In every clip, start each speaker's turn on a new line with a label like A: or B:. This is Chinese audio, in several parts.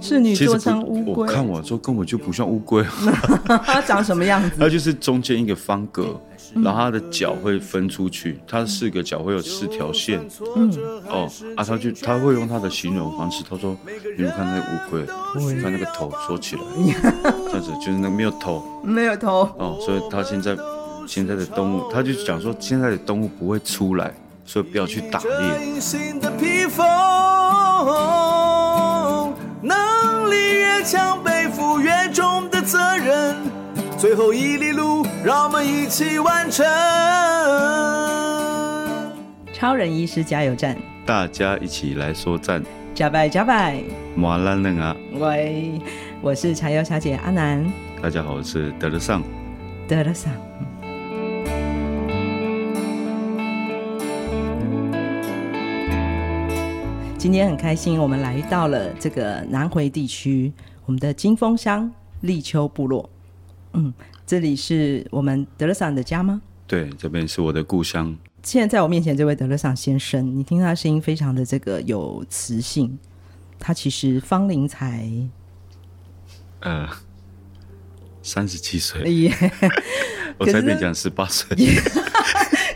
A: 侍女
B: 其实
A: 座
B: 不
A: 像乌
B: 我
A: 龟，
B: 看我之后根本就不像乌龟，啊
A: 它长什么样子？
B: 它就是中间一个方格，然后它的脚会分出去，它的四个脚会有四条线。
A: 嗯，
B: 哦，啊，他就他会用他的形容方式，他说，你们看那个乌龟，看那个头缩起来，这样子就是那个没有头
A: 没有头，
B: 哦，所以他现在现在的动物，他就讲说现在的动物不会出来，所以不要去打
C: 这
B: 猎。
C: 隐形的披风，能力越强，背负越重的责任。最后一里路，让我们一起完成。
A: 超人医师加油站，
B: 大家一起来说赞，
A: 加拜加拜，
B: 马拉嫩啊！
A: 喂，我是柴油小姐阿南
B: 大家好，我是德德尚。
A: 德勒桑。今天很开心，我们来到了这个南回地区，我们的金峰乡立秋部落。嗯，这里是我们德勒桑的家吗？
B: 对，这边是我的故乡，
A: 现在在我面前这位德勒桑先生，你听他的声音非常的这个有磁性，他其实芳龄才
B: 呃，三十七岁，
A: 也
B: 我才被讲十八岁。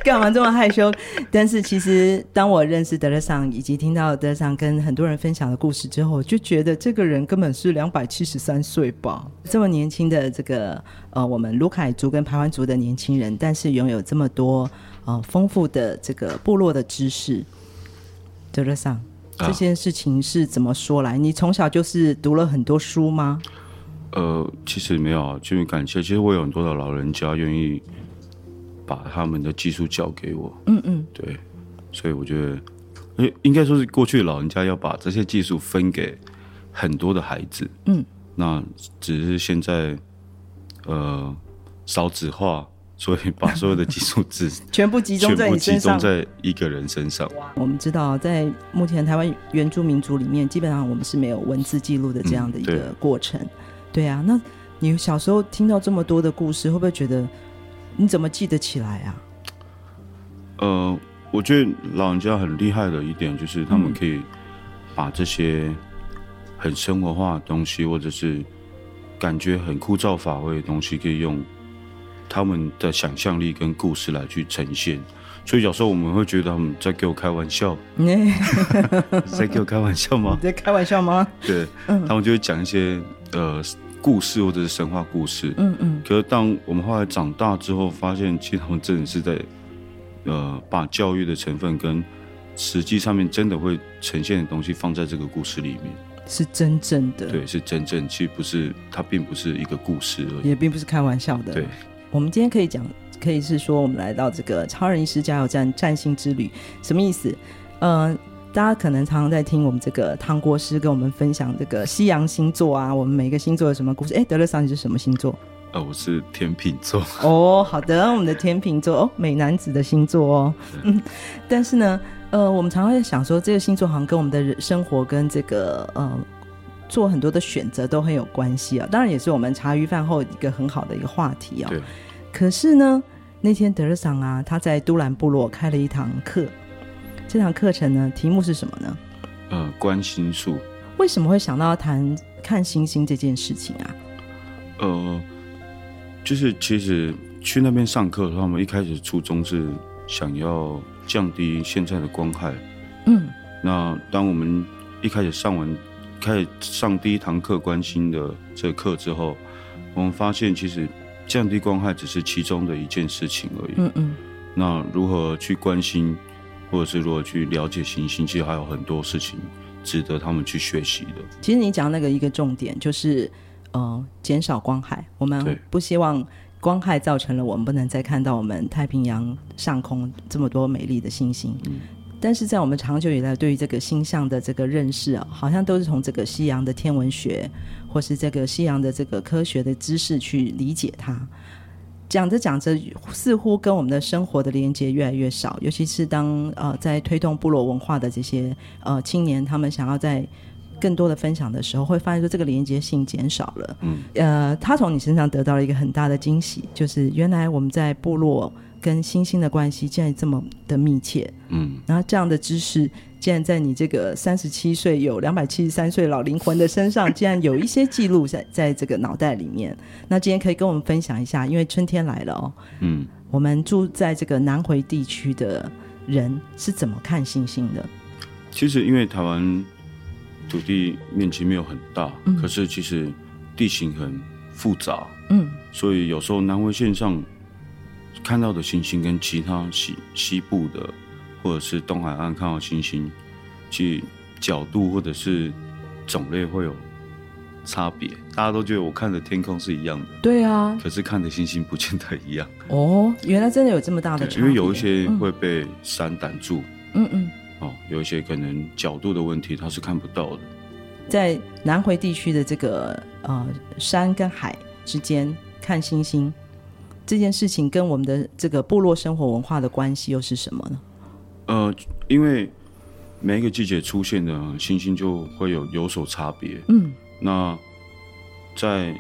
A: 干嘛这么害羞？ 但是其实当我认识德勒桑以及听到德勒桑跟很多人分享的故事之后，我就觉得这个人根本是两百七十三岁吧，这么年轻的这个呃我们卢凯族跟排湾族的年轻人，但是拥有这么多呃丰富的这个部落的知识，德勒桑。
B: 啊
A: 这件事情是怎么说来？你从小就是读了很多书吗？
B: 呃，其实没有啊，就是感谢。其实我有很多的老人家愿意把他们的技术交给我。嗯嗯，对，所以我觉得，因应该说是过去老人家要把这些技术分给很多的孩子。
A: 嗯，
B: 那只是现在，呃，少子化，所以把所有的 技术只
A: 全部集中
B: 全
A: 在
B: 部
A: 你
B: 集
A: 身
B: 中
A: 上，
B: 在一个人身上。
A: 我们知道，在目前台湾原住民族里面，基本上我们是没有文字记录的这样的一
B: 嗯
A: 个
B: 对
A: 过程。对啊，那你小时候听到这么多的故事，会不会觉得你怎么记得起来啊？
B: 呃，我觉得老人家很厉害的一点就是他们可以把这些很生活化的东西，或者是感觉很枯燥乏味的东西，可以用他们的想象力跟故事来去呈现。所以有时候我们会觉得他们在给我开玩笑，
A: 你
B: 在给我开玩笑吗？
A: 在开玩笑吗？
B: 对，
A: 嗯
B: 他们就会讲一些呃故事或者是神话故事。
A: 嗯嗯，
B: 可是当我们后来长大之后，发现其实他们真的是在，呃，把教育的成分跟实际上面真的会呈现的东西放在这个故事里面。
A: 是真正的，
B: 对，是真正，其实不是它并不是一个故事而已。
A: 也并不是开玩笑的。
B: 对，
A: 我们今天可以讲，可以是说我们来到这个超人医师加油站占星之旅，什么意思？呃，大家可能常常在听我们这个汤锅师跟我们分享这个西洋星座啊，我们每个星座有什么故事？哎，德勒桑你是什么星座？
B: 呃，我是天秤座，
A: 哦，好的，我们的天秤座哦，美男子的星座哦，嗯，但是呢，呃，我们常常在想说，这个星座好像跟我们的人生活跟这个呃做很多的选择都很有关系啊，当然也是我们茶余饭后一个很好的一个话题啊、
B: 对，
A: 可是呢，那天德勒桑啊，他在都兰部落开了一堂课，这堂课程呢，题目是什么呢？
B: 呃，关心术，
A: 为什么会想到要谈看星星这件事情啊？
B: 呃，就是其实去那边上课，他们一开始初衷是想要降低现在的光害，
A: 嗯
B: 那当我们一开始上完，开始上第一堂课关心的这个课之后，我们发现其实降低光害只是其中的一件事情而已。
A: 嗯嗯，
B: 那如何去关心，或者是如何去了解行星，其实还有很多事情值得他们去学习的。
A: 其实你讲那个一个重点就是，呃，减少光害，我们
B: 对
A: 不希望。光害造成了我们不能再看到我们太平洋上空这么多美丽的星星，但是在我们长久以来对于这个星象的这个认识啊，好像都是从这个西洋的天文学，或是这个西洋的这个科学的知识去理解它。讲着讲着，似乎跟我们的生活的连接越来越少，尤其是当呃在推动部落文化的这些呃青年，他们想要在更多的分享的时候，会发现说这个连接性减少了。
B: 嗯，
A: 呃，他从你身上得到了一个很大的惊喜，就是原来我们在部落跟星星的关系竟然这么的密切。
B: 嗯，
A: 然后这样的知识竟然在你这个三十七岁有两百七十三岁老灵魂的身 上，竟然有一些记录在在这个脑袋里面。那今天可以跟我们分享一下，因为春天来了哦，
B: 嗯，
A: 我们住在这个南回地区的人是怎么看星星的？
B: 其实因为台湾土地面积没有很大，可是其实地形很复杂，
A: 嗯
B: 所以有时候南回线上看到的星星跟其他西西部的或者是东海岸看到的星星，其实角度或者是种类会有差别。大家都觉得我看的天空是一样的，
A: 对啊，
B: 可是看的星星不见得一 样，
A: 哦，原来真的有这么大的
B: 对
A: 差别，
B: 因为有一些会被山挡住。
A: 嗯嗯，
B: 哦，有一些可能角度的问题，它是看不到的。
A: 在南回地区的这个呃山跟海之间看星星这件事情，跟我们的这个部落生活文化的关系又是什么呢？
B: 呃，因为每一个季节出现的星星就会有有所差别。
A: 嗯
B: 那在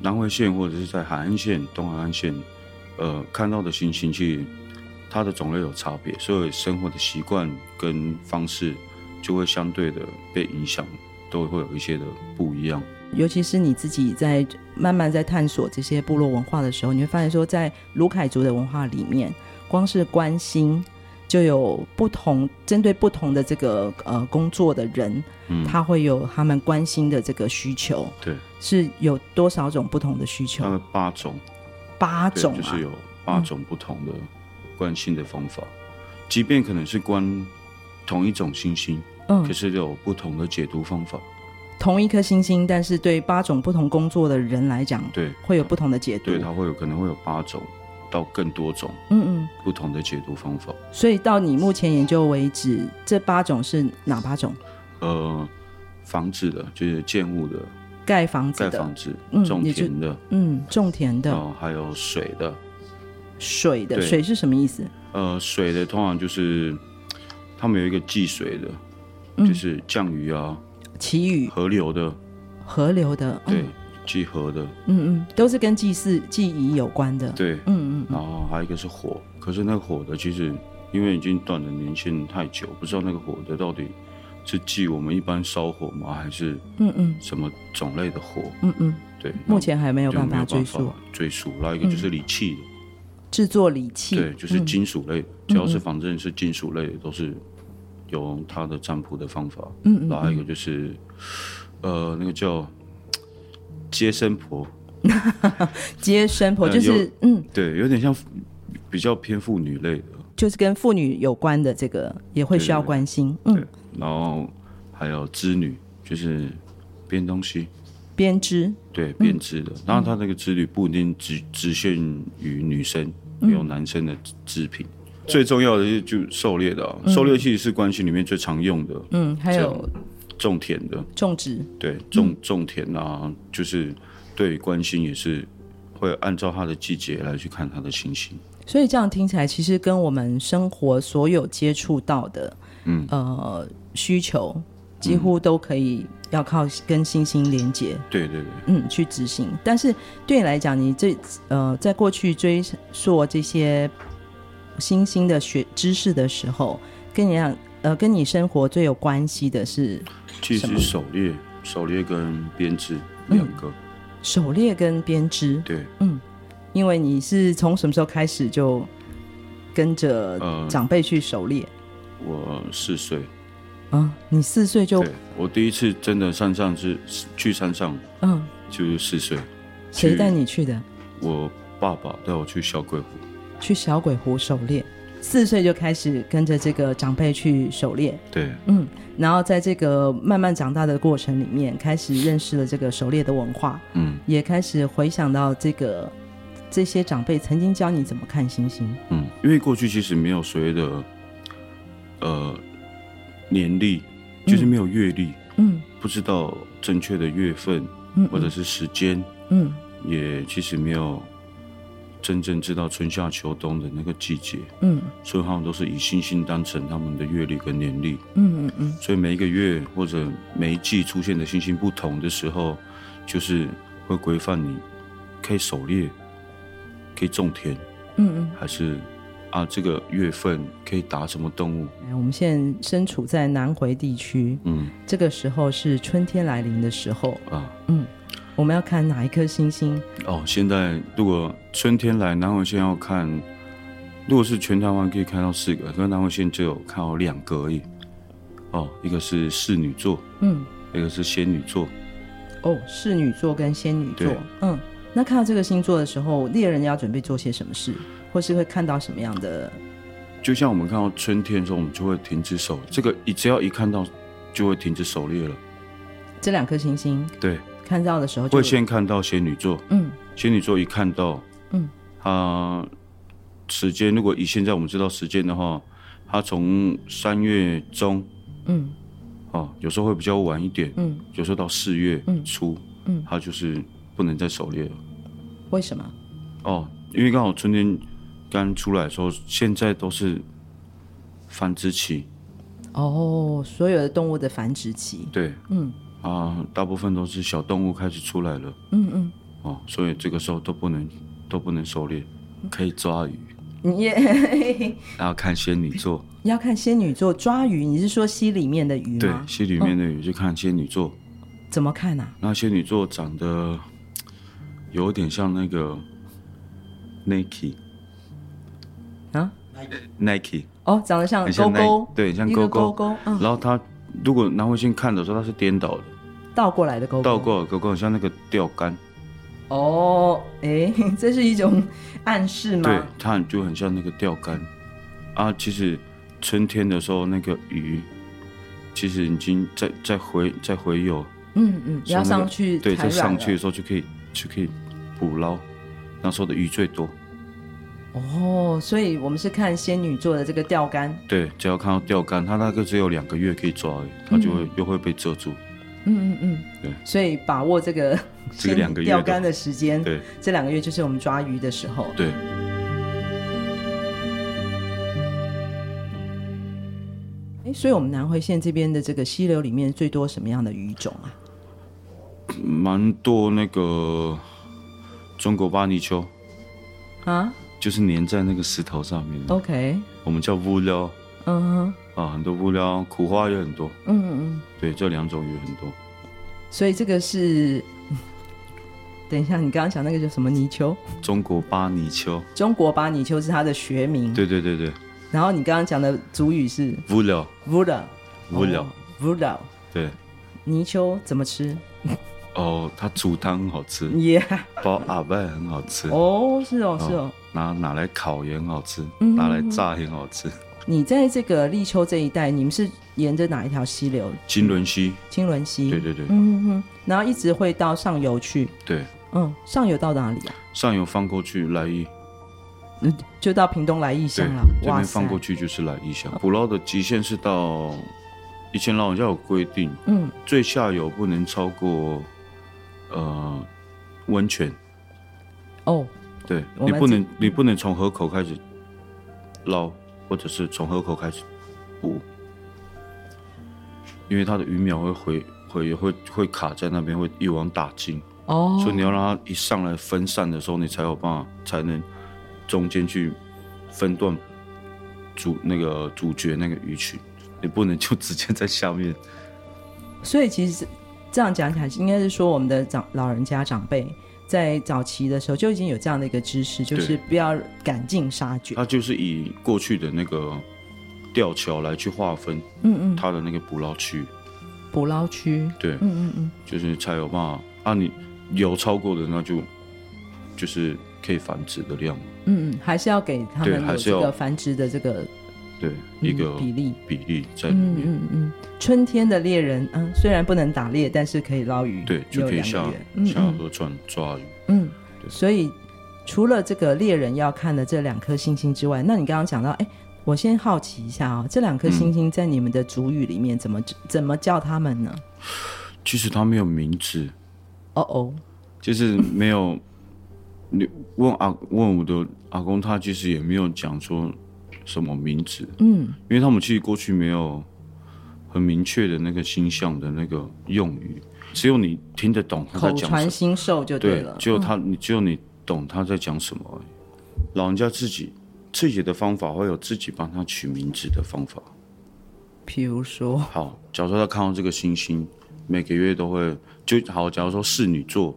B: 南回线或者是在海岸线、东海岸线，呃，看到的星星其实它的种类有差别，所以生活的习惯跟方式就会相对的被影响，都会有一些的不一样。
A: 尤其是你自己在慢慢在探索这些部落文化的时候，你会发现说，在卢凯族的文化里面，光是关心就有不同针对不同的这个呃工作的人，
B: 嗯
A: 他会有他们关心的这个需求，
B: 对，
A: 是有多少种不同的需求
B: 它？的八种
A: 八
B: 嗯对
A: 种啊，
B: 就是有八种不同的观星的方法，
A: 嗯
B: 即便可能是观同一种星星，可
A: 嗯，
B: 是有不同的解读方法。
A: 同一颗星星，但是对八种不同工作的人来讲，
B: 对，
A: 会有不同的解读。
B: 对，它会有可能会有八种到更多种
A: 嗯嗯。
B: 不同的解读方法。
A: 所以到你目前研究为止，这八种是哪八种？
B: 呃，房子的，就是建物的、
A: 盖房子
B: 盖
A: 的，
B: 房子、
A: 嗯
B: 种
A: 也就
B: 田的，
A: 嗯，种田的、
B: 然后还有水的。
A: 水的，
B: 对
A: 水是什么意思？
B: 呃，水的通常就是他们有一个祭水的，
A: 嗯
B: 就是降雨啊、
A: 祈雨、
B: 河流的，
A: 河流的，
B: 对
A: 嗯，
B: 祭河的，
A: 嗯嗯，都是跟祭祀、祭仪有关的。
B: 对。
A: 嗯嗯嗯，
B: 然后还有一个是火，可是那个火的其实因为已经断了年限太久，不知道那个火的到底是祭我们一般烧火吗，还是
A: 嗯嗯
B: 什么种类的火？
A: 嗯嗯，
B: 对，
A: 目前还没
B: 哦没
A: 有办法追溯。
B: 追溯。然后一个就是理气的，
A: 制作礼器，
B: 对，就是
A: 嗯
B: 金属类，只要是反正是金属类的都是有它的占卜的方法。
A: 嗯嗯
B: 然后还有一个就是呃，那个叫接生婆，
A: 接生婆，
B: 呃
A: 就是
B: 有
A: 嗯，
B: 对，有点像比较偏妇女类的。
A: 就是跟妇女有关的这个也会需要关心。嗯，
B: 然后还有织女，就是编东西，
A: 编织，
B: 对，编织的。当然，它那个织女不一定只只限于女生，
A: 嗯
B: 也有男生的织织品。最重要的是就狩猎的、啊，狩猎其实是关系里面最常用的，
A: 嗯，还有
B: 种田的，
A: 种植，
B: 对，种
A: 嗯
B: 种田啊，就是对关心也是会按照它的季节来去看它的情形。
A: 所以这样听起来，其实跟我们生活所有接触到的，
B: 嗯
A: 呃，需求几乎都可以要靠跟星星连接，
B: 对对对，
A: 嗯，去执行。但是对你来讲，你这呃，在过去追溯这些星星的学知识的时候，跟你讲，呃，跟你生活最有关系的是
B: 其
A: 什
B: 实
A: 么嗯
B: 狩猎、狩猎跟编织两个，
A: 狩猎跟编织，
B: 对，
A: 因为你是从什么时候开始就跟着
B: 呃
A: 长辈去狩猎？
B: 我四岁。
A: 啊，你四岁就
B: 对，我第一次真的山上是是去山上
A: 嗯，
B: 就是四岁，
A: 谁
B: 去
A: 带你去的？
B: 我爸爸带我去小鬼湖，
A: 去小鬼湖狩猎，四岁就开始跟着这个长辈去狩猎，
B: 对
A: 嗯，然后在这个慢慢长大的过程里面，开始认识了这个狩猎的文化，
B: 嗯
A: 也开始回想到这个这些长辈曾经教你怎么看星星，
B: 嗯，因为过去其实没有所谓的呃年历，就是没有月历，
A: 嗯
B: 不知道正确的月份
A: 嗯，
B: 或者是时间，
A: 嗯
B: 也其实没有真正知道春夏秋冬的那个季节，
A: 嗯
B: 所以他们都是以星星当成他们的月历跟年历。
A: 嗯嗯嗯，
B: 所以每一个月或者每一季出现的星星不同的时候，就是会规范你可以狩猎、可以种田，
A: 嗯嗯，
B: 还是啊，这个月份可以打什么动物？
A: 哎我们现在身处在南回地区，
B: 嗯
A: 这个时候是春天来临的时候，
B: 啊，
A: 我们要看哪一颗星星？
B: 哦，现在如果春天来，南回县要看，如果是全台湾可以看到四个，但南回县只有看到两个而已。哦，一个是侍女座，
A: 嗯，
B: 一个是仙女座。
A: 哦，侍女座跟仙女座
B: 对，
A: 嗯，那看到这个星座的时候，猎人要准备做些什么事，或是会看到什么样的？
B: 就像我们看到春天的时候，我们就会停止狩，这个一只要一看到就会停止狩猎了。
A: 这两颗星星
B: 对，
A: 看到的时候就
B: 会先看到仙女座，
A: 嗯
B: 仙女座一看到，
A: 嗯，
B: 它时间如果以现在我们知道时间的话，它从三月中
A: 嗯
B: 哦，有时候会比较晚一点，
A: 嗯，
B: 有时候到四月
A: 嗯
B: 初，
A: 嗯
B: 它就是不能再狩猎了。
A: 为什么？
B: 哦，因为刚好春天刚出来的时候，现在都是繁殖期，
A: 哦，所有的动物的繁殖期，
B: 对，
A: 嗯
B: 啊，大部分都是小动物开始出来了，
A: 嗯嗯，
B: 哦，所以这个时候都不能都不能狩猎，可以抓鱼，
A: 你也
B: 然后看仙女座，
A: 要看仙女座抓鱼，你是说溪里面的鱼
B: 对，
A: 吗？
B: 溪里面的鱼就看仙女座，
A: 怎么看啊？
B: 那仙女座长得有点像那个 Nike
A: 啊？
B: Nike，
A: 哦，长得像
B: 很
A: 勾
B: 像 Nike，
A: 勾，
B: 对，像
A: 一个勾
B: 勾
A: 勾，嗯，
B: 然后它如果拿回去看的时候，它是颠倒的，
A: 倒过来的勾勾，
B: 倒过来勾勾，很像那个钓竿，
A: 哦，哎， 这是一种暗示
B: 对
A: 吗？，
B: 它就很像那个钓竿。啊，其实春天的时候，那个鱼其实已经在在回在回游，
A: 嗯嗯，要
B: 从那
A: 上
B: 个
A: 去
B: 对，
A: 排
B: 在
A: 卵
B: 上去的
A: 了
B: 时候就可以就可以捕捞，那时候的鱼最多。
A: 哦，所以我们是看仙女座的这个钓竿，
B: 对，只要看到钓竿，它大概只有两个月可以抓而已，它就会、又会被遮住。
A: 嗯嗯嗯，
B: 对
A: 所以把握这个
B: 这个两个月的
A: 钓竿的时间，
B: 对
A: 这两个月就是我们抓鱼的时候，
B: 对，
A: 哎，所以我们南回县这边的这个溪流里面最多什么样的鱼种啊？
B: 蛮多那个中国巴泥鳅，
A: 啊
B: 就是粘在那个石头上面的，
A: ，OK，
B: 我们叫乌料
A: 嗯哼，
B: 啊，很多乌料，苦花也很多。
A: 嗯嗯嗯，
B: 对，这两种鱼很多。
A: 所以这个是， 等一下，你刚刚讲那个叫什么泥鳅？
B: 中国巴泥鳅，
A: 中国巴泥鳅是它的学名，
B: 对对对对，
A: 然后你刚刚讲的主语是
B: 乌料
A: v u d a
B: 乌料，
A: v u d a
B: 对。
A: 泥鳅怎么吃？
B: 哦，它煮汤很好吃，
A: 耶、
B: 包阿拜很好吃，
A: 嗯哦，是哦，是哦。
B: 拿拿来烤也很好吃，
A: 嗯
B: 拿来炸也很好吃。
A: 你在这个立秋这一带，你们是沿着哪一条溪流？
B: 金轮溪，
A: 金轮溪。
B: 对对对
A: 嗯嗯嗯。然后一直会到上游去。
B: 对，
A: 嗯，上游到哪里啊？
B: 上游放过去来一，
A: 嗯，就到屏东来义
B: 对
A: 乡了，。
B: 这边放过去就是来一箱。捕捞的极限是到，以前老人家有规定，
A: 嗯，
B: 最下游不能超过，呃，温泉，
A: 哦，
B: 对
A: 我
B: 你
A: 们
B: 不能，你不能从河口开始捞，或者是从河口开始捕，因为它的鱼苗会回回会会卡在那边，会一网打尽，
A: 哦，
B: 所以你要让它一上来分散的时候，你才有办法才能中间去分段主那个主角那个鱼群，你不能就直接在下面。
A: 所以其实这样讲起来，应该是说我们的长老人家长辈在早期的时候就已经有这样的一个知识，就是不要赶尽杀绝。
B: 它就是以过去的那个吊桥来去划分
A: 嗯嗯，
B: 它的那个捕捞区域，
A: 捕捞区。
B: 对，
A: 嗯嗯嗯。
B: 就是才有办法啊。你有超过的，那就就是可以繁殖的量，
A: 嗯嗯，还是要给他
B: 对
A: 们有
B: 还是
A: 这
B: 要
A: 个繁殖的这个
B: 对，
A: 嗯
B: 一个
A: 比例。
B: 比例在里
A: 嗯
B: 面，
A: 嗯嗯，春天的猎人，嗯，虽然不能打猎，但是可以捞鱼，
B: 对，就可以
A: 有
B: 下
A: 两个月嗯
B: 下河船抓鱼。
A: 嗯，嗯所以除了这个猎人要看的这两颗星星之外，那你刚刚讲到，哎，我先好奇一下啊、哦，这两颗星星在你们的主语里面怎
B: 嗯
A: 么、怎么叫他们呢？
B: 其实它没有名字，
A: 哦哦，
B: 就是没有。你问阿问我的阿公，他其实也没有讲说什么名字，
A: 嗯，
B: 因为他们其实过去没有很明确的那个星象的那个用语，只有你听得懂他
A: 口
B: 在讲什
A: 传
B: 么。
A: 心授就
B: 对
A: 了，嗯
B: 只有他，你只有你懂他在讲什么而已。老人家自己自己的方法，会有自己帮他取名字的方法。
A: 比如说，
B: 好，假如说他看到这个星星，每个月都会就好。假如说侍女座，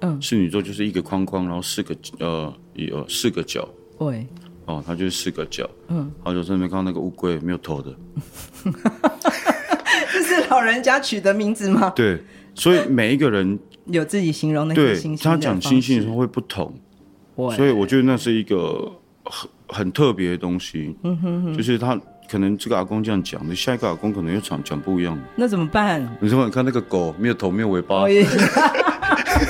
A: 嗯
B: 侍女座就是一个框框，然后四个呃一呃四个角，
A: 喂，
B: 哦，它就是四个角，嗯，好久真没看到那个乌龟没有头的，
A: 这是老人家取的名字吗？
B: 对，所以每一个人
A: 有自己形容那个
B: 对
A: 星星
B: 他
A: 的
B: 讲
A: 方
B: 星星的时
A: 式，
B: 候会不同，
A: 喂
B: 所以我觉得那是一个很很特别的东西，嗯哼就是他可能这个阿公这样讲，你下一个阿公可能又讲讲不一样的。
A: 那怎么办？
B: 你说你看那个狗没有头没有尾巴
A: 我，哦也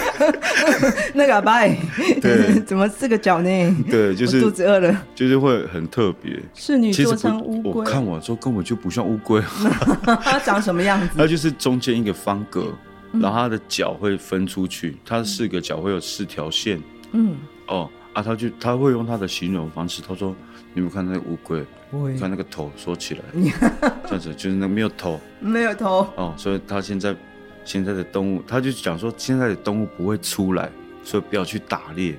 A: 那个阿爸，欸
B: 对
A: 怎么四个脚呢？
B: 对，就
A: 我肚
B: 是
A: 子饿了。
B: 就是会很特别。
A: 侍女
B: 其实
A: 座像乌
B: 不，我
A: 龟，
B: 看我之后根本就不像乌龟，
A: 它长什么样 子？
B: 它就是中间一个方格，
A: 嗯
B: 然后它的脚会分出去，它的四个脚会有四条线。
A: 嗯，
B: 哦啊，他就他会用他的形容方式，他说：“你们看那个乌龟，
A: 喂
B: 你看那个头缩 起来，这样子就是那个没有头
A: 没有头，
B: 哦。”所以他现在现在的动物，他就讲说现在的动物不会出来，所以不要去打猎。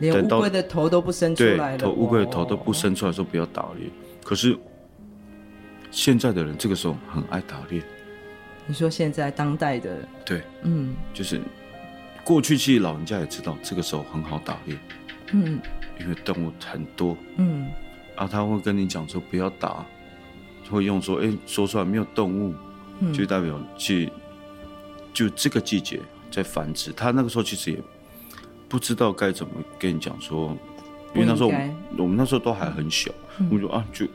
A: 连
B: 等
A: 乌
B: 到
A: 龟的头都不伸出
B: 对
A: 来，了。
B: 头乌龟的头都不
A: 哦
B: 伸出来，说不要打猎。可是现在的人这个时候很爱打猎，
A: 你说现在当代的，
B: 对，
A: 嗯
B: 就是过去其实老人家也知道这个时候很好打猎，
A: 嗯
B: 因为动物很多，
A: 嗯，
B: 啊，他会跟你讲说不要打，会用说，哎、说出来没有动物，
A: 嗯
B: 就代表去，就这个季节在繁殖。他那个时候其实也不知道该怎么跟你讲说，因为那时候我们我们那时候都还很小，我们就啊就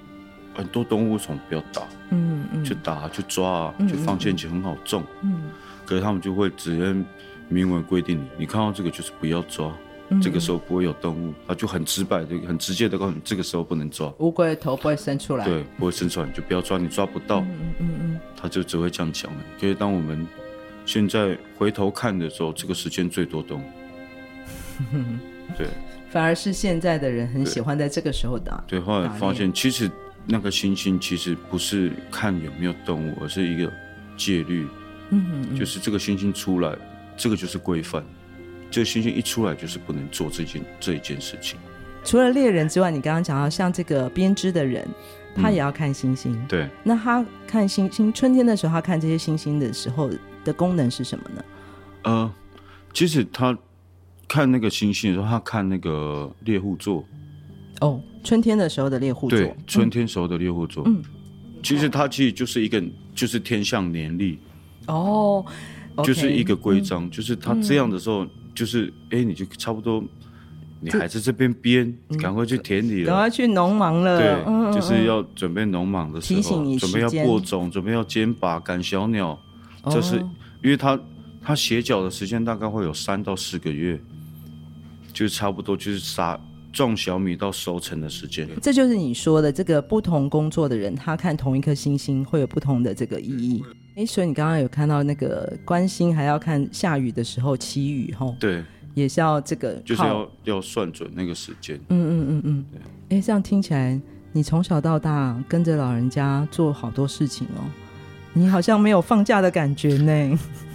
B: 很多动物为什么不要打？
A: 嗯嗯
B: 就打啊、就抓啊，就放陷阱很好中。
A: 嗯
B: 可是他们就会直接明文规定你，你看到这个就是不要抓，
A: 嗯
B: 这个时候不会有动物，他就很直白的、很直接的告诉你，这个时候不能抓，
A: 乌龟的头不会伸出来，
B: 对，不会伸出来你就不要抓，你抓不到，
A: 嗯嗯嗯，
B: 他就只会这样讲了。可是当我们现在回头看的时候，这个时间最多 动物，对
A: 反而是现在的人很喜欢在这个时候打，
B: 对，后来发现其实那个星星其实不是看有没有动物，而是一个戒律，
A: 嗯嗯
B: 就是这个星星出来，这个就是规范。这个星星一出来就是不能做这件这一件事情。
A: 除了猎人之外，你刚刚讲到像这个编织的人，他也要看星星。
B: 嗯对，
A: 那他看星星，春天的时候，他看这些星星的时候的功能是什么呢？
B: 呃，其实他看那个星星的时候，他看那个猎户座，
A: 哦，春天的时候的猎户座，嗯
B: 对，春天时候的猎户座，其实它其实就是一个就是天象年历，
A: 哦
B: 就是一
A: 个
B: 个规
A: 嗯
B: 章，就是它这样的时候，就是哎，你就差不多，你还在这边编，赶快去田里
A: 嗯赶
B: 了
A: 快。去农忙了，
B: 对
A: 嗯，
B: 就是要准备农忙的时
A: 提醒
B: 候，
A: 你
B: 准备要
A: 时间
B: 播种，准备要肩把赶小鸟，
A: 哦
B: 这是因为它它斜角的时间大概会有三到四个月，就差不多就是撒种小米到收成的时间。
A: 这就是你说的这个不同工作的人，他看同一颗星星会有不同的这个意义。诶，所以你刚刚有看到那个关心，还要看下雨的时候祈雨吼，
B: 对，
A: 也是要这个靠，
B: 就是要要算准那个时间。
A: 嗯嗯嗯嗯。诶，这样听起来，你从小到大跟着老人家做好多事情哦，你好像没有放假的感觉呢，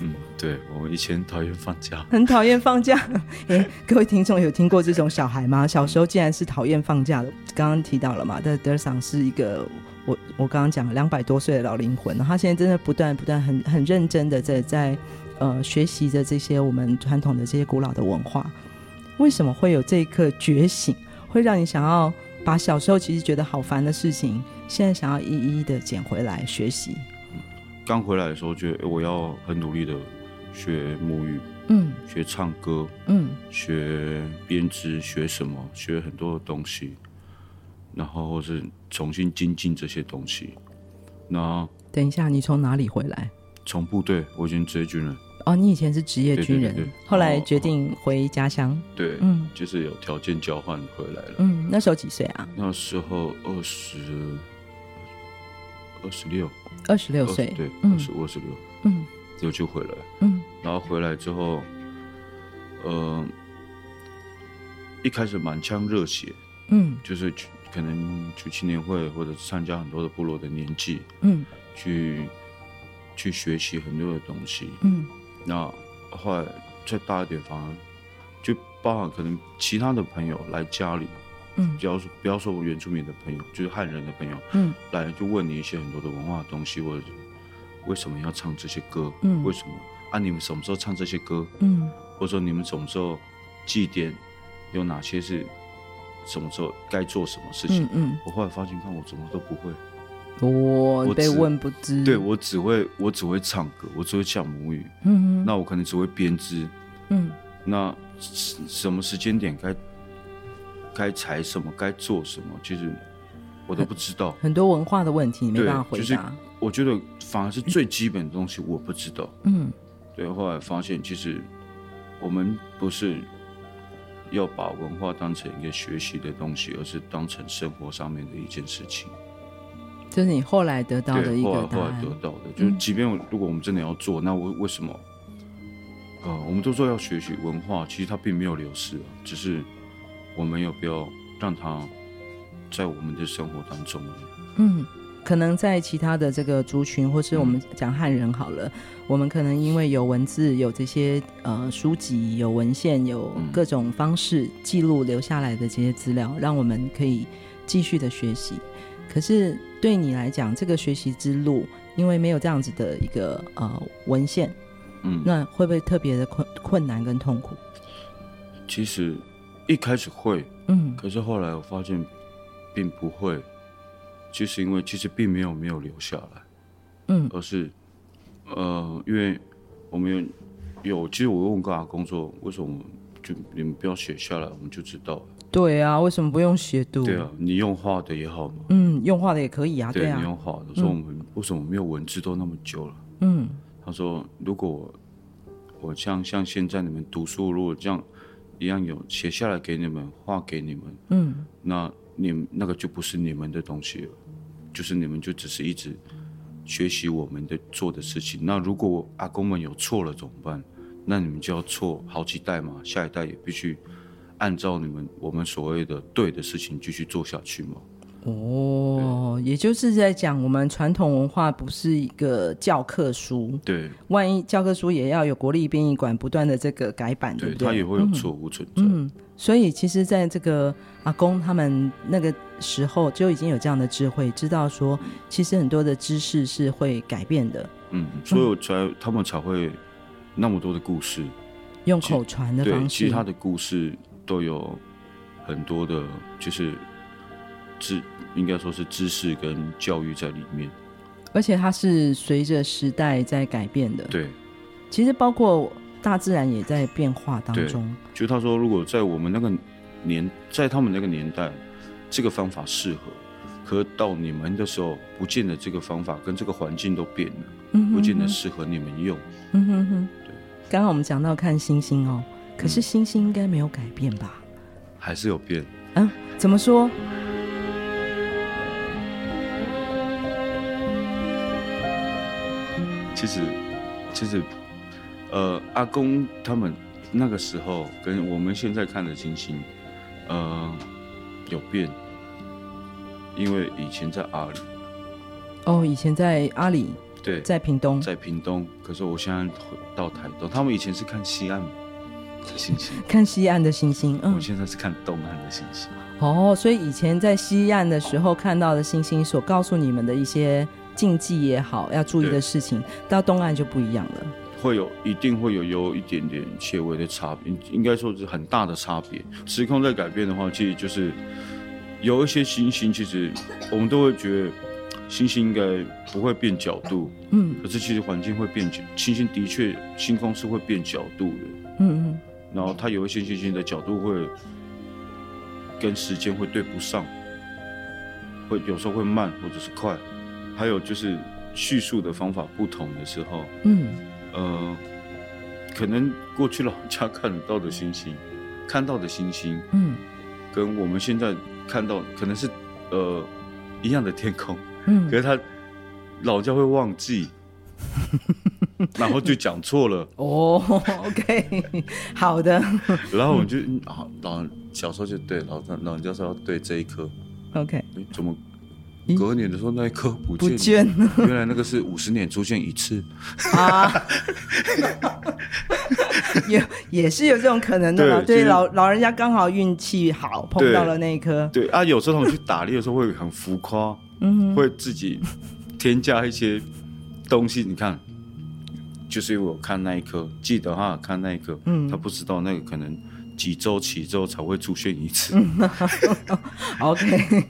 B: 嗯，对，我们以前讨厌放假。
A: 很讨厌放假。诶，各位听众有听过这种小孩吗？小时候竟然是讨厌放假的，刚刚提到了嘛，但德桑是一个我我刚刚讲两百多岁的老灵魂，他现在真的不断不断很很认真的在在呃学习着这些我们传统的这些古老的文化。为什么会有这一刻觉醒，会让你想要把小时候其实觉得好烦的事情，现在想要一一的捡回来学习？
B: 刚回来的时候，觉得诶我要很努力的学母语、
A: 嗯
B: 学唱歌、
A: 嗯
B: 学编织、学什么，学很多东西，然后或是重新精进这些东西。那
A: 等一下，你从哪里回来？
B: 从部队，我已经职业军人，
A: 哦，你以前是职业
B: 对对
A: 军
B: 对
A: 人，
B: 对
A: 后来
B: 哦
A: 决定回家乡。
B: 对，
A: 嗯
B: 就是有条件交换回来了。
A: 嗯，那时候几岁啊？
B: 那时候二十二十六，
A: 二十六岁
B: 20。对，
A: 嗯
B: 二十五、二十六，
A: 嗯
B: 就就回来。
A: 嗯
B: 然后回来之后，呃，一开始满腔热血，
A: 嗯
B: 就是去可能去青年会或者参加很多的部落的年纪，
A: 嗯
B: 去去学习很多的东西。
A: 嗯
B: 那后来再大一点，反而就包含可能其他的朋友来家里，
A: 嗯
B: 不要说不要说我原住民的朋友，就是汉人的朋友，
A: 嗯，
B: 来就问你一些很多的文化的东西，或者是为什么要唱这些歌，
A: 嗯
B: 为什么啊？你们什么时候唱这些歌？
A: 嗯
B: 或者说你们什么时候祭奠，有哪些是什么时候该做什么事情？
A: 嗯嗯，
B: 我后来发现，看我怎么都不会，
A: 我
B: 我
A: 被
B: 只
A: 问不知，
B: 对我只会我只会唱歌，我只会讲母语，
A: 嗯
B: 那我可能只会编织，
A: 嗯
B: 那什什么时间点该该采什么，该做什么，其实我都不知道。
A: 很多文化的问 题你没
B: 对
A: 办法回
B: 就是
A: 答，
B: 我觉得反而是最基本的东西我不知道。
A: 嗯
B: 对，后来发现其实我们不是要把文化当成一个学习的东西，而是当成生活上面的一件事情。
A: 这是你后来得到的
B: 对，
A: 一
B: 后
A: 个
B: 来
A: 答
B: 后来
A: 案嗯
B: 得，到的，就是即便我如果我们真的要做，那为为什么？呃，我们都说要学习文化，其实它并没有流失啊，只是我们要不要让它在我们的生活当中？
A: 嗯。可能在其他的这个族群，或是我们
B: 嗯
A: 讲汉人好了，我们可能因为有文字、有这些呃书籍、有文献、有
B: 嗯
A: 各种方式记录留下来的这些资料，让我们可以继续的学习。可是对你来讲，这个学习之路，因为没有这样子的一个呃文献，
B: 嗯，
A: 那会不会特别的困困难跟痛苦？
B: 其实一开始会，
A: 嗯
B: 可是后来我发现并不会，就是因为其实并没有没有留下来，
A: 嗯
B: 而是呃，因为我们有有，其实我问过阿工作，为什么就你们不要写下来，我们就知道了。，
A: 对啊，为什么不用写读？
B: 对啊，你用画的也好嘛，
A: 嗯，用画的也可以啊，
B: 对你
A: 啊，
B: 用画的。我说我们为什么没有文字都那么久了？
A: 嗯
B: 他说如果我我像像现在你们读书，如果这样一样有写下来给你们，画给你们，
A: 嗯
B: 那你们那个就不是你们的东西了，就是你们就只是一直学习我们的做的事情。那如果阿公们有错了怎么办？那你们就要错好几代嘛，下一代也必须按照你们我们所谓的对的事情继续做下去嘛。
A: 哦，也就是在讲我们传统文化不是一个教科书，
B: 对，
A: 万一教科书也要有国立编译馆不断的这个改版，
B: 对，
A: 不
B: 它也
A: 对？
B: 会有错误存在。
A: 嗯，所以其实，在这个阿公他们那个时候就已经有这样的智慧，知道说其实很多的知识是会改变的，
B: 嗯，所以我才他们才会那么多的故事。
A: 用口传的
B: 对，
A: 方
B: 其
A: 式
B: 实他。的故事都有很多的，就是知应该说是知识跟教育在里面。
A: 而且它是随着时代在改变的。
B: 对，
A: 其实包括大自然也在变化当中。
B: 就他说，如果在我们那个年，在他们那个年代，这个方法适合，可到你们的时候，不见得这个方法跟这个环境都变了，
A: 嗯
B: 不见得
A: 哼
B: 适合你们用。
A: 嗯哼哼。刚刚我们讲到看星星哦，可
B: 嗯
A: 是星星应该没有改变吧？
B: 还是有变，
A: 啊，怎么说？
B: 其实，其实，呃，阿公他们那个时候跟我们现在看的星星，呃，有变，因为以前在阿里，
A: 哦，以前在阿里，
B: 对，
A: 在屏东，
B: 在屏东，可是我现在回到台东，他们以前是看西岸的星星，
A: 看西岸的星星。
B: 我
A: 嗯，
B: 现在是看东岸的星星，
A: 哦，所以以前在西岸的时候看到的星星，所告诉你们的一些禁忌也好，要注意的
B: 对
A: 事情，到东岸就不一样了。
B: 会有一定会有有一点点些微的差别，应该说是很大的差别。时空在改变的话，其实就是有一些星星，其实我们都会觉得星星应该不会变角度，
A: 嗯
B: 可是其实环境会变角，星星的确星空是会变角度的，
A: 嗯嗯，
B: 然后它有一些星星的角度会跟时间会对不上，会有时候会慢或者是快，还有就是叙述的方法不同的时候。
A: 嗯，
B: 呃，可能过去老人家看得到的星星，看到的星星，
A: 嗯，
B: 跟我们现在看到可能是呃一样的天空，
A: 嗯
B: 可是他老人家会 忘记，然后就讲错了，
A: 哦，OK，好 的
B: 然后我们就、嗯啊，老人小时候就对老老人家说要对这一颗，
A: ，OK，
B: 诶怎么隔年的时候那一颗不
A: 不
B: 见了，
A: 见了
B: 原来那个是五十年出现一次，
A: 啊， 也也是有这种可能的嘛。
B: 对
A: 对
B: 就是
A: 老老人家刚好运气好，碰到了那一颗，
B: 对啊，有时候我们去打猎的时候会很浮夸，
A: 嗯
B: 会自己添加一些东西。你看，就是因为我看那一颗，记得哈，看那一颗，嗯，他不知道那个可能几周、几周才会出现一次，
A: 嗯 OK，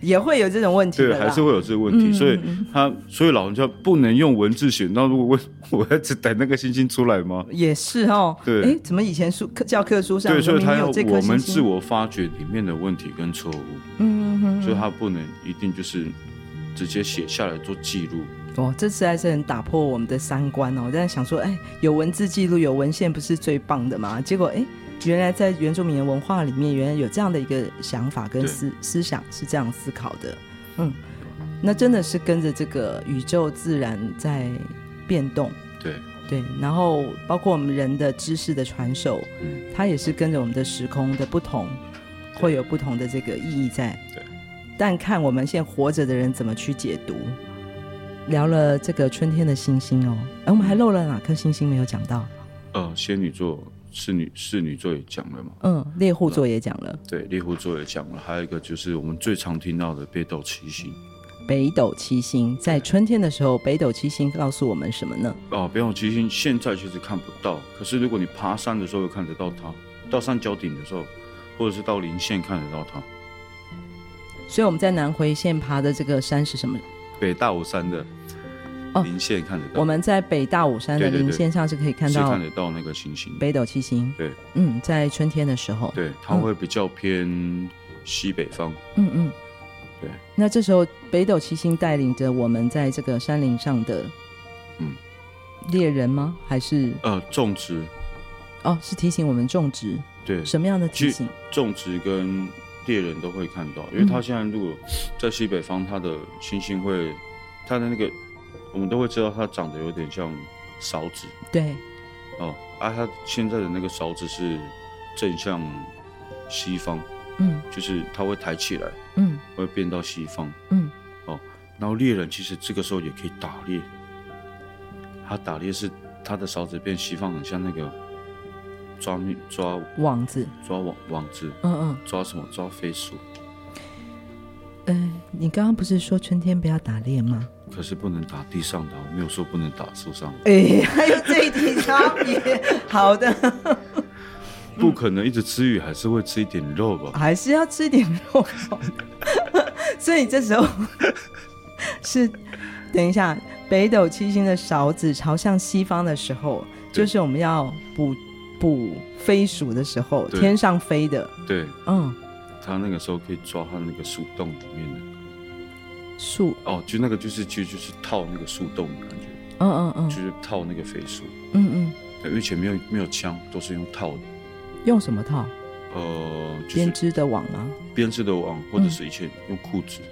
A: 也会有这种问题
B: 对，
A: 的
B: 还
A: 啦。嗯
B: 是会有这个问题。所以他，所以老人家不能用文字写。那如果我我要只等那个星星出来吗？
A: 也是哦，
B: 对
A: 哎，怎么以前书课教科书上
B: 对，所以
A: 明
B: 他
A: 明
B: 要
A: 有这颗
B: 我
A: 星
B: 们自
A: 星？
B: 我发掘里面的问题跟错误，
A: 嗯嗯
B: 所以他不能一定就是直接写下来做记录。
A: 嗯，哇，这实在是很打破我们的三观哦。我在想说，哎，有文字记录、有文献不是最棒的吗？结果哎，原来在原住民的文化里面，原来有这样的一个想法跟
B: 对
A: 思思想是这样思考的。嗯，那真的是跟着这个宇宙自然在变动。
B: 对，
A: 对，然后包括我们人的知识的传授，
B: 嗯
A: 它也是跟着我们的时空的不同，会有不同的这个意义在。
B: 对，
A: 但看我们现在活着的人怎么去解读。聊了这个春天的星星哦，哎，我们还漏了哪颗星星没有讲到？
B: 呃，仙女座、侍女、侍女座也讲了嘛，
A: 嗯，猎户座也讲了，
B: 对，猎户座也讲了，还有一个就是我们最常听到的北斗七星。
A: 北斗七星在春天的时候，北斗七星告诉我们什么呢？
B: 哦，北斗七星现在其实看不到，可是如果你爬山的时候会看得到它，到山脚顶的时候，或者是到林线看得到它。
A: 所以我们在南回县爬的这个山是什么？
B: 北大武山的
A: 哦
B: 林线看得到，
A: 我们在北大武山的
B: 对对对
A: 林线上是可以看
B: 是
A: 到
B: 看得到那个星星。
A: 北斗嗯七星。
B: 对
A: 嗯，在春天的时候，
B: 对，它会比较偏西北方。
A: 嗯嗯，
B: 对。
A: 那这时候，北斗七星带领着我们在这个山林上的，
B: 嗯，
A: 猎人吗？还是
B: 呃，种植，
A: 哦，是提醒我们种植
B: 对，
A: 什么样的提
B: 去
A: 醒？
B: 种植跟猎人都会看
A: 嗯
B: 到，因为他现在如果在西北方，它的星星会，它的那个我们都会知道它长得有点像勺子
A: 对，
B: 哦，啊，它现在的那个勺子是正向西方，
A: 嗯
B: 就是它会抬起来，
A: 嗯
B: 会变到西方，哦
A: 嗯，
B: 然后猎人其实这个时候也可以打猎，他打猎是他的勺子变西方，很像那个抓蜜抓
A: 网子，
B: 抓网网子，
A: 嗯嗯
B: 抓什么抓飞鼠。
A: 嗯、呃你刚刚不是说春天不要打猎吗？
B: 可是不能打地上的，我没有说不能打树上的，
A: 哎，还有这一题差别，好的，
B: 不可能一直吃鱼，还是会吃一点肉吧？
A: 还是要吃点肉，所以这时 候是等一下，北斗七星的勺子朝向西方的时候，
B: 对
A: 就是我们要捕捕飞鼠的时候，
B: 对
A: 天上飞的，
B: 对
A: 嗯，
B: 他那个时候可以抓他那个树洞里面的，
A: 树，
B: 哦，就那个就是其实就是套那个树洞的感觉，
A: 嗯嗯嗯
B: 就是套那个飞鼠。
A: 嗯嗯，
B: 对因为以前没有没有枪，都是用套的，
A: 用什么套？
B: 呃，就
A: 编
B: 是
A: 织的网吗？
B: 编织的网，或者是以前用裤子。
A: 嗯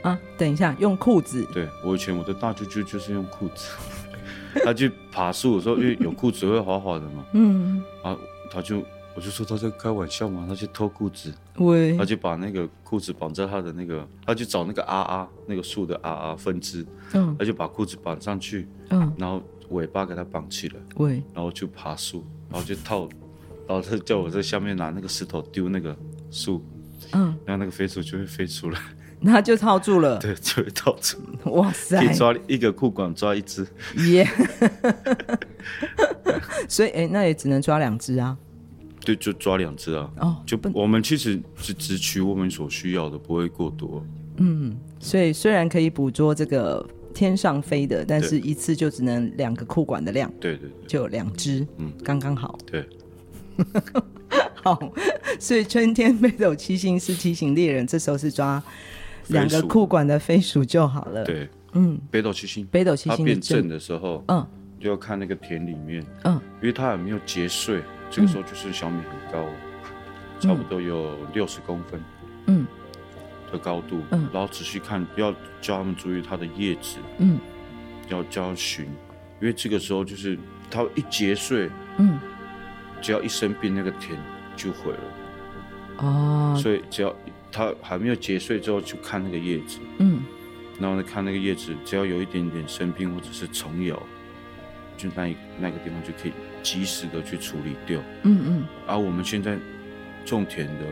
A: 啊，等一下，用裤子，
B: 对我以前我的大舅舅就是用裤子， 他去爬树的时候，因为有裤子会滑滑的嘛，
A: 嗯，
B: 啊，他就我就说他在开玩笑嘛，他去脱裤子。
A: 喂
B: 他，就把那个裤子绑在他的那个，他就找那个啊啊那个树的啊啊分支，
A: 嗯
B: 他就把裤子绑上去，
A: 嗯
B: 然后尾巴给它绑起来，
A: 喂，
B: 然后就爬树，然后就套，然后他叫我在下面拿那个石头丢那个树，
A: 嗯，
B: 然后那个飞鼠就会飞出来，
A: 那就套住了，
B: 对，就会套住，
A: 哇塞，
B: 可以抓一个裤管抓一只，
A: 耶、 所以哎、那也只能抓两只啊。
B: 对，就抓两只啊。
A: 哦，
B: 就我们其实只只取我们所需要的，不会过多。
A: 所以虽然可以捕捉这个天上飞的，但是一次就只能两个裤管的量，
B: 对对对
A: 就有两只，嗯，刚刚好。
B: 对，
A: 好，所以春天北斗七星是提醒猎人，这时候是抓两个
B: 飞鼠
A: 裤管的飞鼠就好了。，
B: 对，嗯，北斗七星，
A: 北斗七
B: 它
A: 星
B: 变
A: 的正
B: 正，的时候，
A: 嗯
B: 就要看那个田里面，
A: 嗯
B: 因为它还没有结穗，这个时候就是小米很高，哦差不多有六十公分
A: 嗯
B: 的高度，
A: 嗯
B: 然后仔细看，要叫他们注意它的叶子，
A: 嗯
B: 要叫它寻，因为这个时候就是它一结穗，
A: 嗯，
B: 只要一生病，那个田就毁了，
A: 哦，
B: 所以只要它还没有结穗之后去看那个叶子，
A: 嗯，
B: 然后呢看那个叶子，只要有一点点生病或者是虫咬，就那一那个地方就可以及时的去处理掉。
A: 嗯嗯
B: 而、我们现在种田的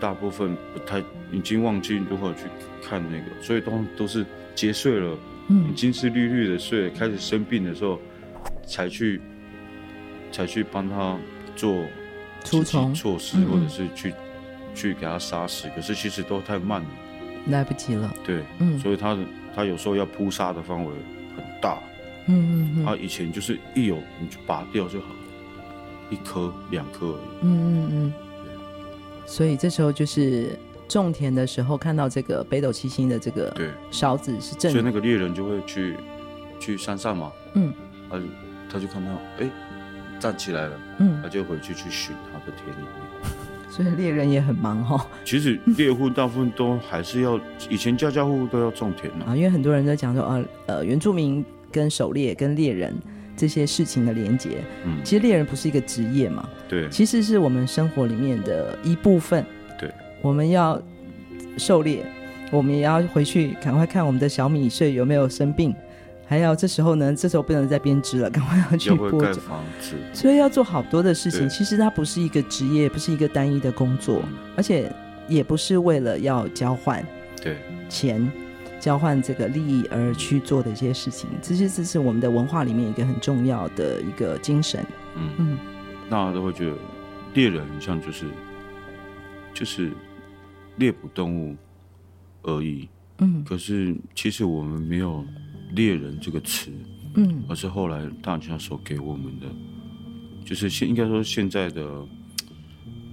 B: 大部分不太已经忘记如何去看那个，所以都都是结穗了，已
A: 嗯
B: 经是绿绿的穗了，开始生病的时候才去才去帮它做
A: 除虫
B: 措施，
A: 嗯嗯
B: 或者是去去给它杀死。可是其实都太慢了，
A: 来不及了，
B: 对，
A: 嗯
B: 所以它的它有时候要扑杀的范围很大，
A: 嗯嗯
B: 它以前就是一有你就拔掉就好了，一颗两颗而已。
A: 嗯嗯嗯嗯，所以这时候就是种田的时候看到这个北斗七星的这个
B: 对，
A: 勺子是
B: 所以
A: 正
B: 那个猎人就会去去山上嘛，
A: 嗯
B: 他就他就看到哎、站起来了，
A: 嗯
B: 他，就回去去寻他的田里面。
A: 所以猎人也很忙哦哈、
B: 其实猎户大部分都还是要，以前家家户户都要种田啊，
A: 啊，因为很多人在讲说，呃呃，原住民跟狩猎跟猎人这些事情的连结，
B: 嗯，
A: 其实猎人不是一个职业嘛，
B: 对
A: 其实是我们生活里面的一部分。
B: 对，
A: 我们要狩猎，我们也要回去赶快看我们的小米穗有没有生病，还有这时候呢，这时候不能再编织了，赶快要去
B: 要会
A: 播
B: 盖
A: 种。
B: 房子，
A: 所以要做好多的事情，
B: 对
A: 其实它不是一个职业，不是一个单一的工作，
B: 嗯
A: 而且也不是为了要交换，
B: 对，
A: 钱交换这个利益而去做的一些事情，这些这是我们的文化里面一个很重要的一个精神。
B: 嗯，
A: 嗯
B: 大家都会觉得猎人很像就是就是猎捕动物而已，
A: 嗯
B: 可是其实我们没有猎人这个词，
A: 嗯
B: 而是后来大家所给我们的，就是现应该说现在的，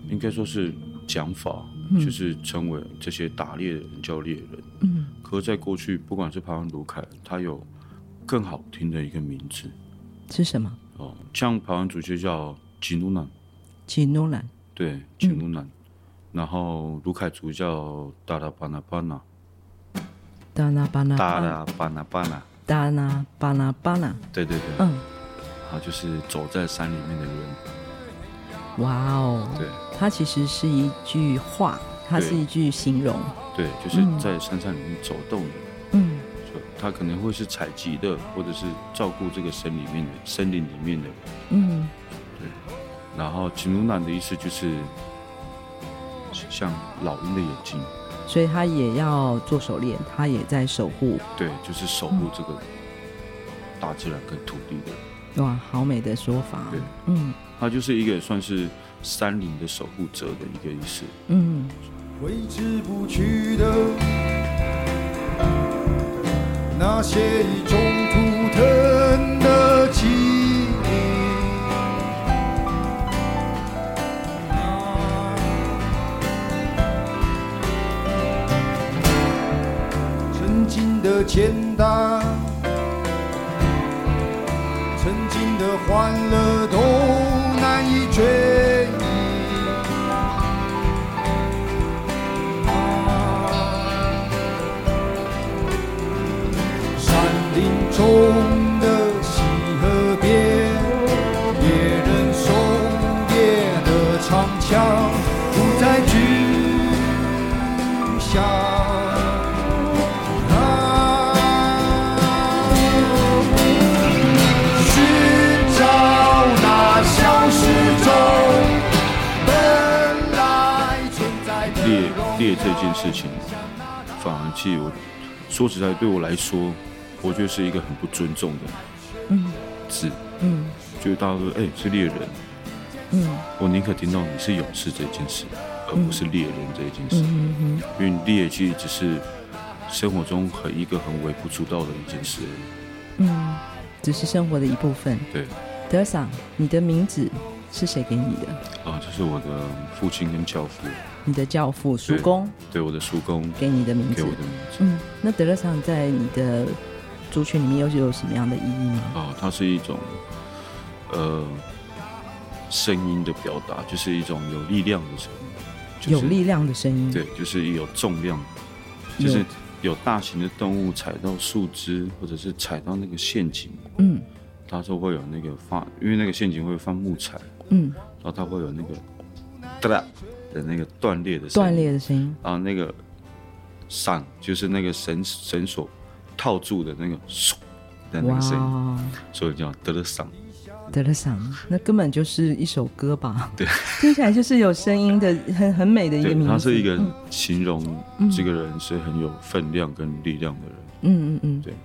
B: 应该说是讲法，就是成为这些打猎的人叫猎人。
A: 嗯，
B: 可是在过去，不管是台湾卢凯，他有更好听的一个名字
A: 是什么？
B: 哦，像台湾族就叫吉努南，
A: 基努兰。嗯
B: 对，吉努南。然后卢凯族叫达拉巴纳巴纳，
A: 达那巴那
B: 达拉巴纳巴纳，
A: 达那巴那巴那，
B: 对对对，
A: 嗯，
B: 他就是走在山里面的人，
A: 哇哦，
B: 对。
A: 它其实是一句话，它
B: 对
A: 是一句形容，
B: 对，就是在山上里面走动的，
A: 嗯
B: 就他可能会是采集的，或者是照顾这个森里面的森林里面的人。
A: 嗯
B: 然后吉努南的意思就是像老鹰的眼睛，
A: 所以它也要做狩猎，它也在守护。
B: 对，就是守护这个大自然跟土地的。
A: 哇，好美的说法
B: 对。
A: 嗯
B: 他就是一个算是山林的守护者的一个意思。
A: 嗯
D: 挥之不去的那些已中图腾的记忆，曾经的简单，曾经的欢乐都难以追忆。山林中的溪河边，猎人狩猎的长枪不再具象。啊寻找那消失中本来存在的
B: 猎
D: 荣
B: 猎这件事情，反而其实我说实在对我来说，我觉得是一个很不尊重的
A: 嗯
B: 字。
A: 嗯
B: 就是大家都说，哎、是猎人，
A: 嗯
B: 我宁可听到你是勇士这件事，而不是猎人这一件事，
A: 嗯嗯
B: 因为猎其实只是生活中很一个很微不足道的一件事而已。
A: 嗯，只是生活的一部分。
B: 对，
A: 德桑，你的名字是谁给你的？
B: 啊、这是我的父亲跟教父，
A: 你的教父叔
B: 对
A: 公
B: 对我的叔公
A: 给你的名
B: 给
A: 字
B: 我。的名字。
A: 嗯，那德勒桑在你的族群里面又是有什么样的意义吗？
B: 啊、它是一种呃声音的表达，就是一种有力量的声音，就是、
A: 有力量的声音，
B: 对，就是有重量，就是有大型的动物踩到树枝或者是踩到那个陷阱，
A: 嗯
B: 它就会有那个放，因为那个陷阱会放木材，
A: 嗯
B: 然后它会有那个哒啦的那个断裂的声音
A: 断裂的声音，
B: 然后那个上就是那个绳绳索套住的那个嗖的那
A: 哇哦
B: 个声音，所以叫得了上。
A: 得了嗓，那根本就是一首歌 吧？对，听起来就是有声音的，很很美的一个
B: 对，
A: 名字。嗯
B: 他是一个形容这个人是很有分量跟力量的人。
A: 嗯嗯嗯
B: 对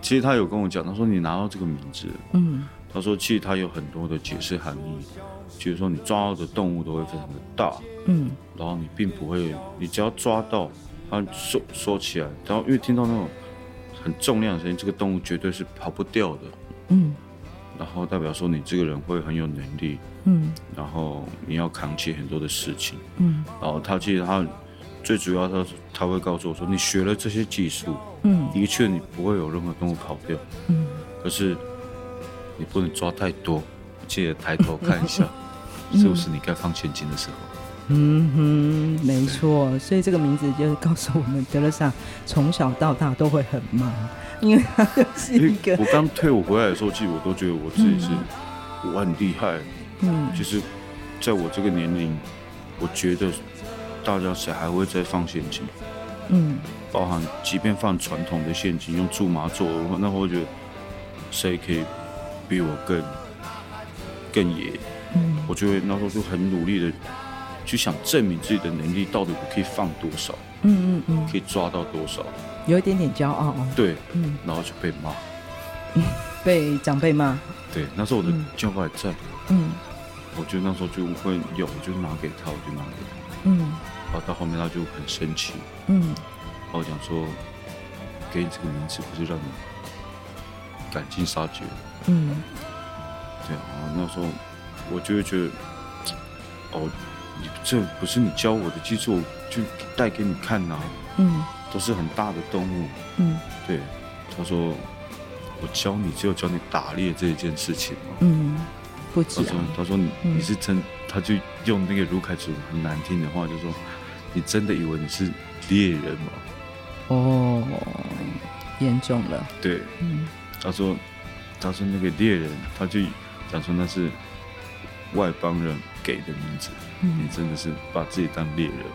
B: 其实他有跟我讲，他说你拿到这个名字，
A: 嗯
B: 他说其实它有很多的解释含义，比如说你抓到的动物都会非常的大，
A: 嗯
B: 然后你并不会，你只要抓到它收收起来，然后因为听到那种很重量的声音，这个动物绝对是跑不掉的。
A: 嗯
B: 然后代表说你这个人会很有能力，
A: 嗯
B: 然后你要扛起很多的事情。
A: 嗯
B: 然后他其实他最主要他他会告诉我说，你学了这些技术，
A: 嗯
B: 的确你不会有任何动物跑掉，
A: 嗯，
B: 可是你不能抓太多，记得抬头看一 下，是不是你该放现金的时候？
A: 嗯哼，没错。所以这个名字就是告诉我们，得了嗓从小到大都会很忙， 因为他就是 一
B: 因为
A: 个
B: 我刚退伍回来的时候，其实我都觉得我自己是我很厉害，
A: 嗯
B: 就是在我这个年龄，我觉得大家谁还会再放现金？
A: 嗯
B: 包含即便放传统的现金，用苎麻做，我那我觉得谁可以比我更更野？
A: 嗯
B: 我就会那时候就很努力的去想证明自己的能力，到底我可以放多少，
A: 嗯嗯嗯，
B: 可以抓到多少。
A: 有一点点骄傲哦，
B: 对，
A: 嗯，
B: 然后就被骂。
A: 被长辈骂，
B: 对，那时候我的
A: 嗯
B: 教官也在，
A: 嗯
B: 我就那时候就会有，我就拿给他，我就拿给他。
A: 嗯
B: 然后到后面他就很生气，
A: 嗯
B: 然后我讲说，给你这个名字不是让你赶尽杀绝。
A: 嗯
B: 对啊，然后那时候我就会觉得，哦，你这不是你教我的技术，我就带给你看呐、
A: 嗯
B: 都是很大的动物。
A: 嗯
B: 对，他说我教你只有教你打猎这一件事情嘛。
A: 嗯，不
B: 他
A: 止
B: 说
A: 啊，
B: 他说你、
A: 嗯
B: 你是真，他就用那个卢凯祖很难听的话，就说你真的以为你是猎人吗？
A: 哦，严重了，
B: 对，
A: 嗯
B: 他说他说那个猎人，他就讲说那是外邦人给的名字。你
A: 嗯
B: 真的是把自己当猎人吗，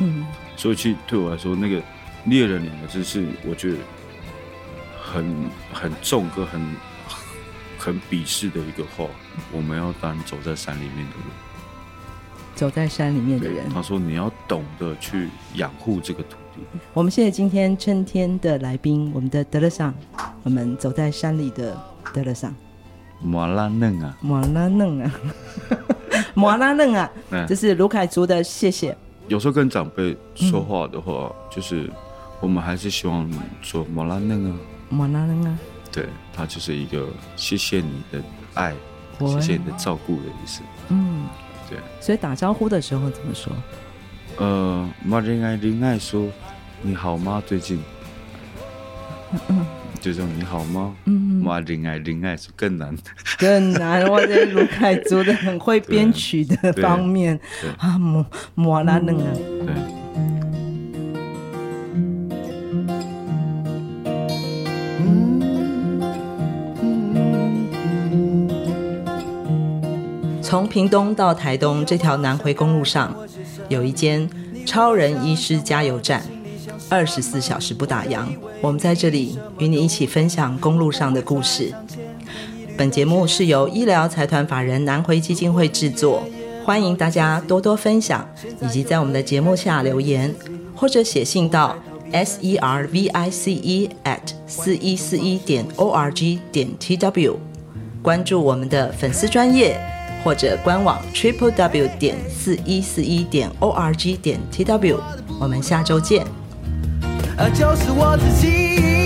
A: 嗯
B: 所以其实对我来说，那个猎人两个字是我觉得很很重跟很很鄙视的一个话。我们要当走在山里面的人，
A: 走在山里面的人。
B: 他说你要懂得去养护这个土地，
A: 我们谢谢今天春天的来宾，我们的德勒桑，我们走在山里的德勒桑，
B: 马拉嫩啊，
A: 马拉嫩 啊，马拉嫩啊，
B: 嗯
A: 这是卢凯族的谢谢。
B: 有时候跟长辈说话的话，就是我们还是希望说马拉嫩啊，
A: 马拉嫩啊，
B: 对，它就是一个谢谢你的爱，
A: 我
B: 谢谢你的照顾的意思，
A: 啊嗯，
B: 对。
A: 所以打招呼的时候怎么 说？
B: 呃，马恋爱恋爱说你好吗？最近，就这种你好吗？
A: 嗯，
B: 马恋爱恋爱是更难，
A: 更难，啊我这卢凯族的很会编曲的
B: 对
A: 方面
B: 对
A: 啊，马马拉嫩啊，
B: 对，
A: 从屏东到台东这条南回公路上，有一间超人医师加油站，二十四小时不打烊。我们在这里与你一起分享公路上的故事。本节目是由医疗财团法人南回基金会制作，欢迎大家多多分享，以及在我们的节目下留言，或者写信到 s e r v i c e at 四一四一点 o r g 点 t w。关注我们的粉丝专业或者官网 triple w 点四一四一点 o r g 点 t w，我们下周见。
C: 啊，就是我自己。